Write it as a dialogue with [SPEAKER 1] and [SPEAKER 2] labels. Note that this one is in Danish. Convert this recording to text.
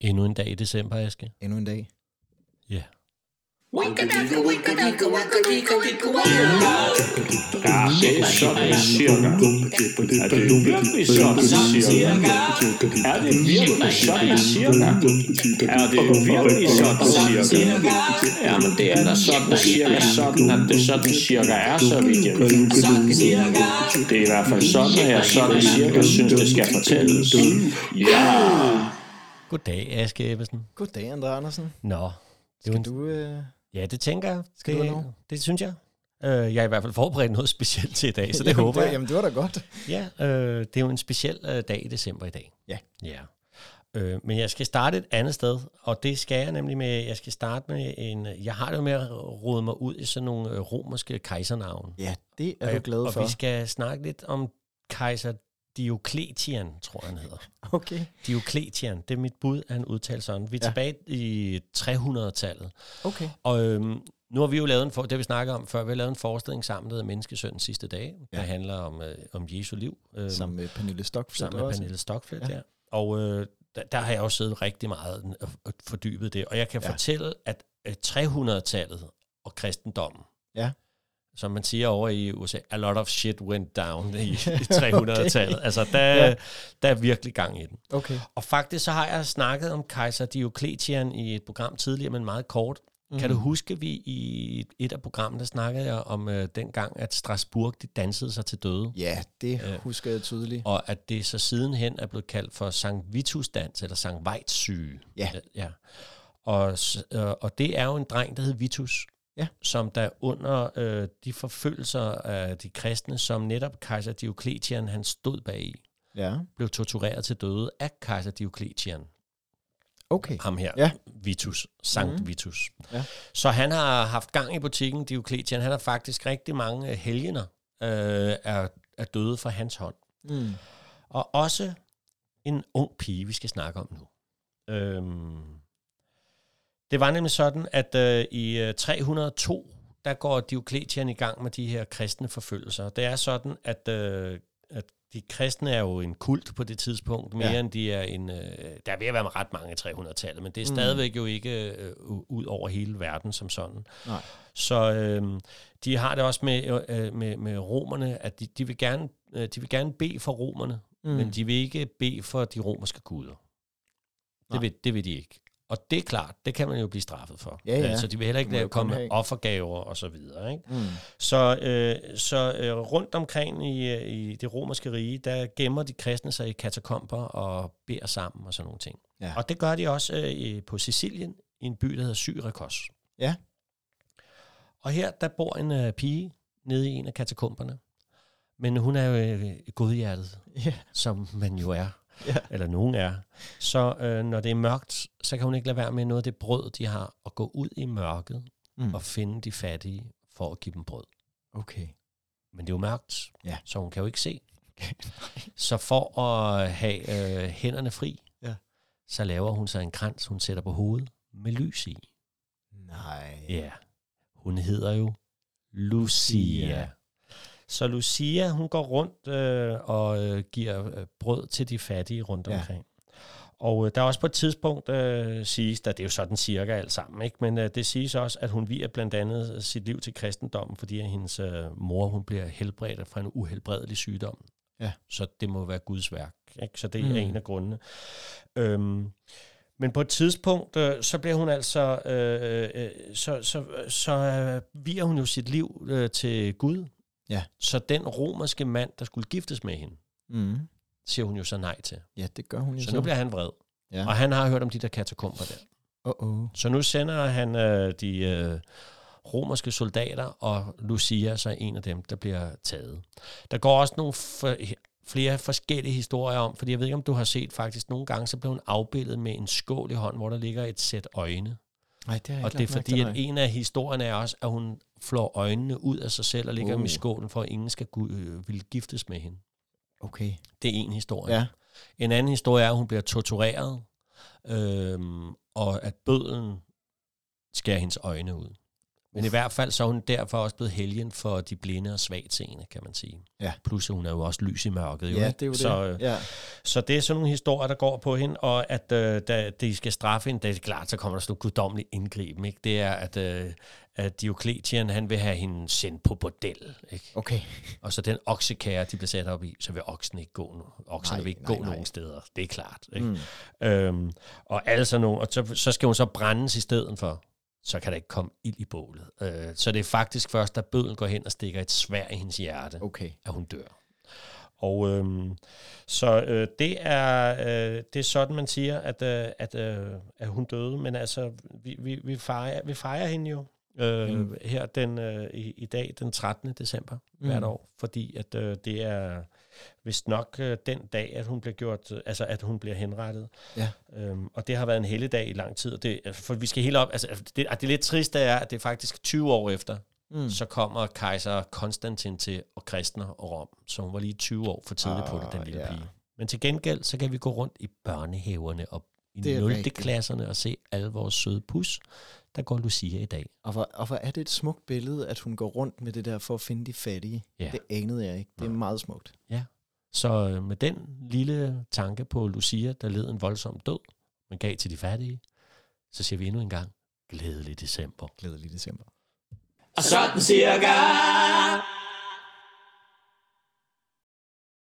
[SPEAKER 1] Endnu en dag i december, Aske.
[SPEAKER 2] Endnu en dag.
[SPEAKER 1] Ja. Yeah.
[SPEAKER 3] Ja, det er sådan cirka. Er det virkelig sådan cirka? Er det virkelig sådan cirka? Er det virkelig sådan cirka? Ja, men det er da sådan cirka sådan, at det sådan cirka er, så vidt jeg ved. Det er i hvert fald sådan, at jeg sådan cirka synes, det skal fortælles. Ja!
[SPEAKER 1] Goddag, Aske Ebbesen.
[SPEAKER 2] Goddag, André Andersen.
[SPEAKER 1] Nå, det var
[SPEAKER 2] Skal
[SPEAKER 1] en
[SPEAKER 2] du... Øh...
[SPEAKER 1] Ja, det tænker jeg.
[SPEAKER 2] Skal du
[SPEAKER 1] det,
[SPEAKER 2] have noget?
[SPEAKER 1] det synes jeg. Øh, jeg er i hvert fald forberedt noget specielt til i dag, så det
[SPEAKER 2] jamen,
[SPEAKER 1] håber
[SPEAKER 2] det-
[SPEAKER 1] jeg.
[SPEAKER 2] Jamen, det var da godt.
[SPEAKER 1] Ja, øh, det er jo en speciel øh, dag i december i dag.
[SPEAKER 2] Ja.
[SPEAKER 1] ja. Øh, men jeg skal starte et andet sted, og det skal jeg nemlig med, jeg skal starte med en, jeg har det jo med at rode mig ud i sådan nogle øh, romerske kejsernavne.
[SPEAKER 2] Ja, det er
[SPEAKER 1] Og
[SPEAKER 2] du
[SPEAKER 1] jeg-
[SPEAKER 2] glad
[SPEAKER 1] og
[SPEAKER 2] for.
[SPEAKER 1] vi skal snakke lidt om kejser Diocletian, tror jeg han hedder.
[SPEAKER 2] Okay.
[SPEAKER 1] Diocletian, det er mit bud, at han udtaler sådan. Vi er
[SPEAKER 2] Ja.
[SPEAKER 1] ja. tilbage i 300-tallet.
[SPEAKER 2] Okay.
[SPEAKER 1] Og øhm, nu har vi jo lavet en, for, det har vi snakket om før, vi har lavet en forestilling sammen, der hedder Menneskesøndens sidste dage, ja. der handler om, øh, om Jesu liv. Øh,
[SPEAKER 2] Sammen med Pernille Stockfeldt
[SPEAKER 1] sammen med
[SPEAKER 2] også.
[SPEAKER 1] Pernille Stockfeldt,
[SPEAKER 2] Ja.
[SPEAKER 1] ja. ja. Og øh, der, der har jeg også siddet rigtig meget og- og fordybet det. Og jeg kan
[SPEAKER 2] Ja.
[SPEAKER 1] ja. fortælle, at øh, 300-tallet og kristendommen,
[SPEAKER 2] Ja.
[SPEAKER 1] som man siger over i USA, a lot of shit went down i, i 300-tallet. Altså, der,
[SPEAKER 2] Ja.
[SPEAKER 1] ja. der er virkelig gang i den.
[SPEAKER 2] Okay.
[SPEAKER 1] Og faktisk så har jeg snakket om kejser Diocletian i et program tidligere, men meget kort. Mm. Kan du
[SPEAKER 2] Mhm.
[SPEAKER 1] huske, vi i et af programmene der snakkede jeg om øh, dengang, at Strasbourg de dansede sig til døde?
[SPEAKER 2] Ja, det husker jeg tydeligt.
[SPEAKER 1] Og at det så sidenhen er blevet kaldt for Sankt Vitus-dans, eller Sankt Vejts syge.
[SPEAKER 2] Ja.
[SPEAKER 1] ja. Og, s- øh, og det er jo en dreng, der hed Vitus,
[SPEAKER 2] Ja.
[SPEAKER 1] som der under øh, de forfølgelser af de kristne, som netop kejser Diocletian, han stod bag i,
[SPEAKER 2] Ja,
[SPEAKER 1] blev tortureret til døde af kejser Diocletian
[SPEAKER 2] okay.
[SPEAKER 1] ham her,
[SPEAKER 2] Ja. Mhm.
[SPEAKER 1] ja. Vitus, Sankt mm. Vitus.
[SPEAKER 2] Ja.
[SPEAKER 1] Ja. Så han har haft gang i butikken, Diocletian. Han har faktisk rigtig mange øh, helgener, øh, er, er døde fra hans hånd.
[SPEAKER 2] Mm.
[SPEAKER 1] Og også en ung pige, vi skal snakke om nu. Øhm, det var nemlig sådan, at øh, i øh, 302, der går Diocletian i gang med de her kristne forfølgelser. Det er sådan, at, øh, at de kristne er jo en kult på det tidspunkt, mere
[SPEAKER 2] Ja.
[SPEAKER 1] ja. end de er en... Øh, der er ved at være ret mange i 300-tallet, men det
[SPEAKER 2] Mm.
[SPEAKER 1] er stadigvæk jo ikke øh, u- ud over hele verden som sådan.
[SPEAKER 2] Nej.
[SPEAKER 1] Så øh, de har det også med, øh, med, med romerne, at de, de, vil gerne, øh, de vil gerne bede for romerne,
[SPEAKER 2] Mm.
[SPEAKER 1] mm. men de vil ikke bede for de romerske guder.
[SPEAKER 2] Nej.
[SPEAKER 1] Det vil, det vil de ikke. Og det er klart, det kan man jo blive straffet for.
[SPEAKER 2] Ja, ja.
[SPEAKER 1] Øh, Så de vil heller
[SPEAKER 2] Det må
[SPEAKER 1] ikke
[SPEAKER 2] jo
[SPEAKER 1] lave,
[SPEAKER 2] kun
[SPEAKER 1] komme med
[SPEAKER 2] have-
[SPEAKER 1] offergaver og så videre. Ikke?
[SPEAKER 2] Mm.
[SPEAKER 1] Så, øh, så øh, rundt omkring i, øh, i det romerske rige, der gemmer de kristne sig i katakomber og beder sammen og sådan nogle ting.
[SPEAKER 2] Ja.
[SPEAKER 1] Og det gør de også øh, i- på Sicilien, i en by, der hedder Syrakos.
[SPEAKER 2] Ja.
[SPEAKER 1] Og her, der bor en øh, pige nede i en af katakomberne. Men hun er jo øh, godhjertet,
[SPEAKER 2] Ja.
[SPEAKER 1] som man jo er,
[SPEAKER 2] Ja.
[SPEAKER 1] eller nogen er. Så øh, når det er mørkt, så kan hun ikke lade være med noget af det brød, de har, og gå ud i mørket
[SPEAKER 2] Mm.
[SPEAKER 1] og finde de fattige for at give dem brød.
[SPEAKER 2] Okay.
[SPEAKER 1] Men det er jo mørkt,
[SPEAKER 2] Ja.
[SPEAKER 1] så hun kan jo ikke se. så for at have øh, hænderne fri,
[SPEAKER 2] Ja.
[SPEAKER 1] så laver hun sig en krans, hun sætter på hovedet med lys i.
[SPEAKER 2] Nej.
[SPEAKER 1] Ja. Hun hedder jo Lucia. Så Lucia, hun går rundt øh, og øh, giver øh, brød til de fattige rundt
[SPEAKER 2] Ja.
[SPEAKER 1] omkring. Og øh, der er også på et tidspunkt øh, siges, der det er jo sådan cirka alt sammen, ikke? men øh, det siges også, at hun viger blandt andet øh, sit liv til kristendommen, fordi at hendes øh, mor hun bliver helbredt fra en uhelbredelig sygdom.
[SPEAKER 2] Ja.
[SPEAKER 1] Så det må være Guds værk. Ikke? Så det
[SPEAKER 2] Mm.
[SPEAKER 1] mm. er en af grundene. Øhm, men på et tidspunkt, øh, så bliver hun altså, øh, øh, så, så, så øh, viger hun jo sit liv øh, til Gud.
[SPEAKER 2] Ja.
[SPEAKER 1] Så den romerske mand, der skulle giftes med hende,
[SPEAKER 2] Mm.
[SPEAKER 1] siger hun jo så nej til.
[SPEAKER 2] Ja, det gør hun jo
[SPEAKER 1] Så nu bliver han vred.
[SPEAKER 2] Ligesom. Ja.
[SPEAKER 1] Og han har hørt om de der katakomber der.
[SPEAKER 2] Oh, oh.
[SPEAKER 1] Så nu sender han øh, de øh, romerske soldater, og Lucia er så en af dem, der bliver taget. Der går også nogle for, flere forskellige historier om, fordi jeg ved ikke, om du har set faktisk nogle gange, så blev hun afbildet med en skål i hånden, hvor der ligger et sæt øjne.
[SPEAKER 2] Nej, det har jeg
[SPEAKER 1] Og
[SPEAKER 2] ikke
[SPEAKER 1] det er
[SPEAKER 2] lagt mærke
[SPEAKER 1] fordi,
[SPEAKER 2] til,
[SPEAKER 1] at
[SPEAKER 2] nej.
[SPEAKER 1] en af historierne er også, at hun flår øjnene ud af sig selv og ligger
[SPEAKER 2] Uh.
[SPEAKER 1] uh. dem i skålen, for at ingen skal gu- øh, ville giftes med hende.
[SPEAKER 2] Okay.
[SPEAKER 1] Det er en historie.
[SPEAKER 2] Ja.
[SPEAKER 1] En anden historie er, at hun bliver tortureret, øhm, og at bødlen skærer hendes øjne ud. Men i hvert fald så er hun derfor også blevet helgen for de blinde og svagtseende, kan man sige.
[SPEAKER 2] Ja.
[SPEAKER 1] Plus at hun er jo også lys i mørket. Jo,
[SPEAKER 2] Ja,
[SPEAKER 1] ikke?
[SPEAKER 2] det er jo
[SPEAKER 1] så,
[SPEAKER 2] det.
[SPEAKER 1] øh,
[SPEAKER 2] Ja.
[SPEAKER 1] Så det er sådan nogle historier, der går på hende, og at øh, da de skal straffe hende, det er klart, så kommer der sådan nogle guddommelige indgriben. Ikke? Det er, at, øh, at Diocletian, han vil have hende sendt på bordel. Ikke?
[SPEAKER 2] Okay.
[SPEAKER 1] Og så den oksekære, de bliver sat op i, så vil oksen ikke gå nu. Okserne
[SPEAKER 2] Nej,
[SPEAKER 1] vil ikke
[SPEAKER 2] nej,
[SPEAKER 1] gå
[SPEAKER 2] nej.
[SPEAKER 1] nogen steder. Det er klart. Ikke? Mm. Øhm, og alle sådan nogle, og så, så skal hun så brændes i stedet for. Så kan der ikke komme ild i bålet. Øh, så det er faktisk først, da bøden går hen og stikker et svær i hendes hjerte,
[SPEAKER 2] Okay.
[SPEAKER 1] at hun dør. Og øhm, så øh, det er øh, det er sådan man siger at øh, at, øh, at hun døde, men altså vi vi vi fejrer vi fejrer hende jo øh, mm. her den øh, i, i dag den 13. december mm. hvert år, fordi at øh, det er vist nok øh, den dag at hun bliver gjort øh, altså at hun bliver henrettet.
[SPEAKER 2] Ja.
[SPEAKER 1] Øhm, og det har været en helligdag i lang tid, og det for vi skal helt op altså det, det er lidt trist det er at det er faktisk 20 år efter
[SPEAKER 2] Mm.
[SPEAKER 1] så kommer kejser Konstantin til og kristner og Rom, så hun var lige 20 år for tidligt på det, den
[SPEAKER 2] Ah,
[SPEAKER 1] lille
[SPEAKER 2] ja.
[SPEAKER 1] pige. Men til gengæld, så kan vi gå rundt i børnehaverne og i
[SPEAKER 2] Det er
[SPEAKER 1] 0.
[SPEAKER 2] rigtigt.
[SPEAKER 1] klasserne og se alle vores søde pus, der går Lucia i dag.
[SPEAKER 2] Og hvor, og hvor er det et smukt billede, at hun går rundt med det der for at finde de fattige.
[SPEAKER 1] Ja.
[SPEAKER 2] Det anede jeg ikke. Det er meget smukt.
[SPEAKER 1] Så øh, med den lille tanke på Lucia, der led en voldsom død, men gav til de fattige, så siger vi endnu en gang, glædelig december.
[SPEAKER 2] Glædelig december.
[SPEAKER 3] Sådan cirka.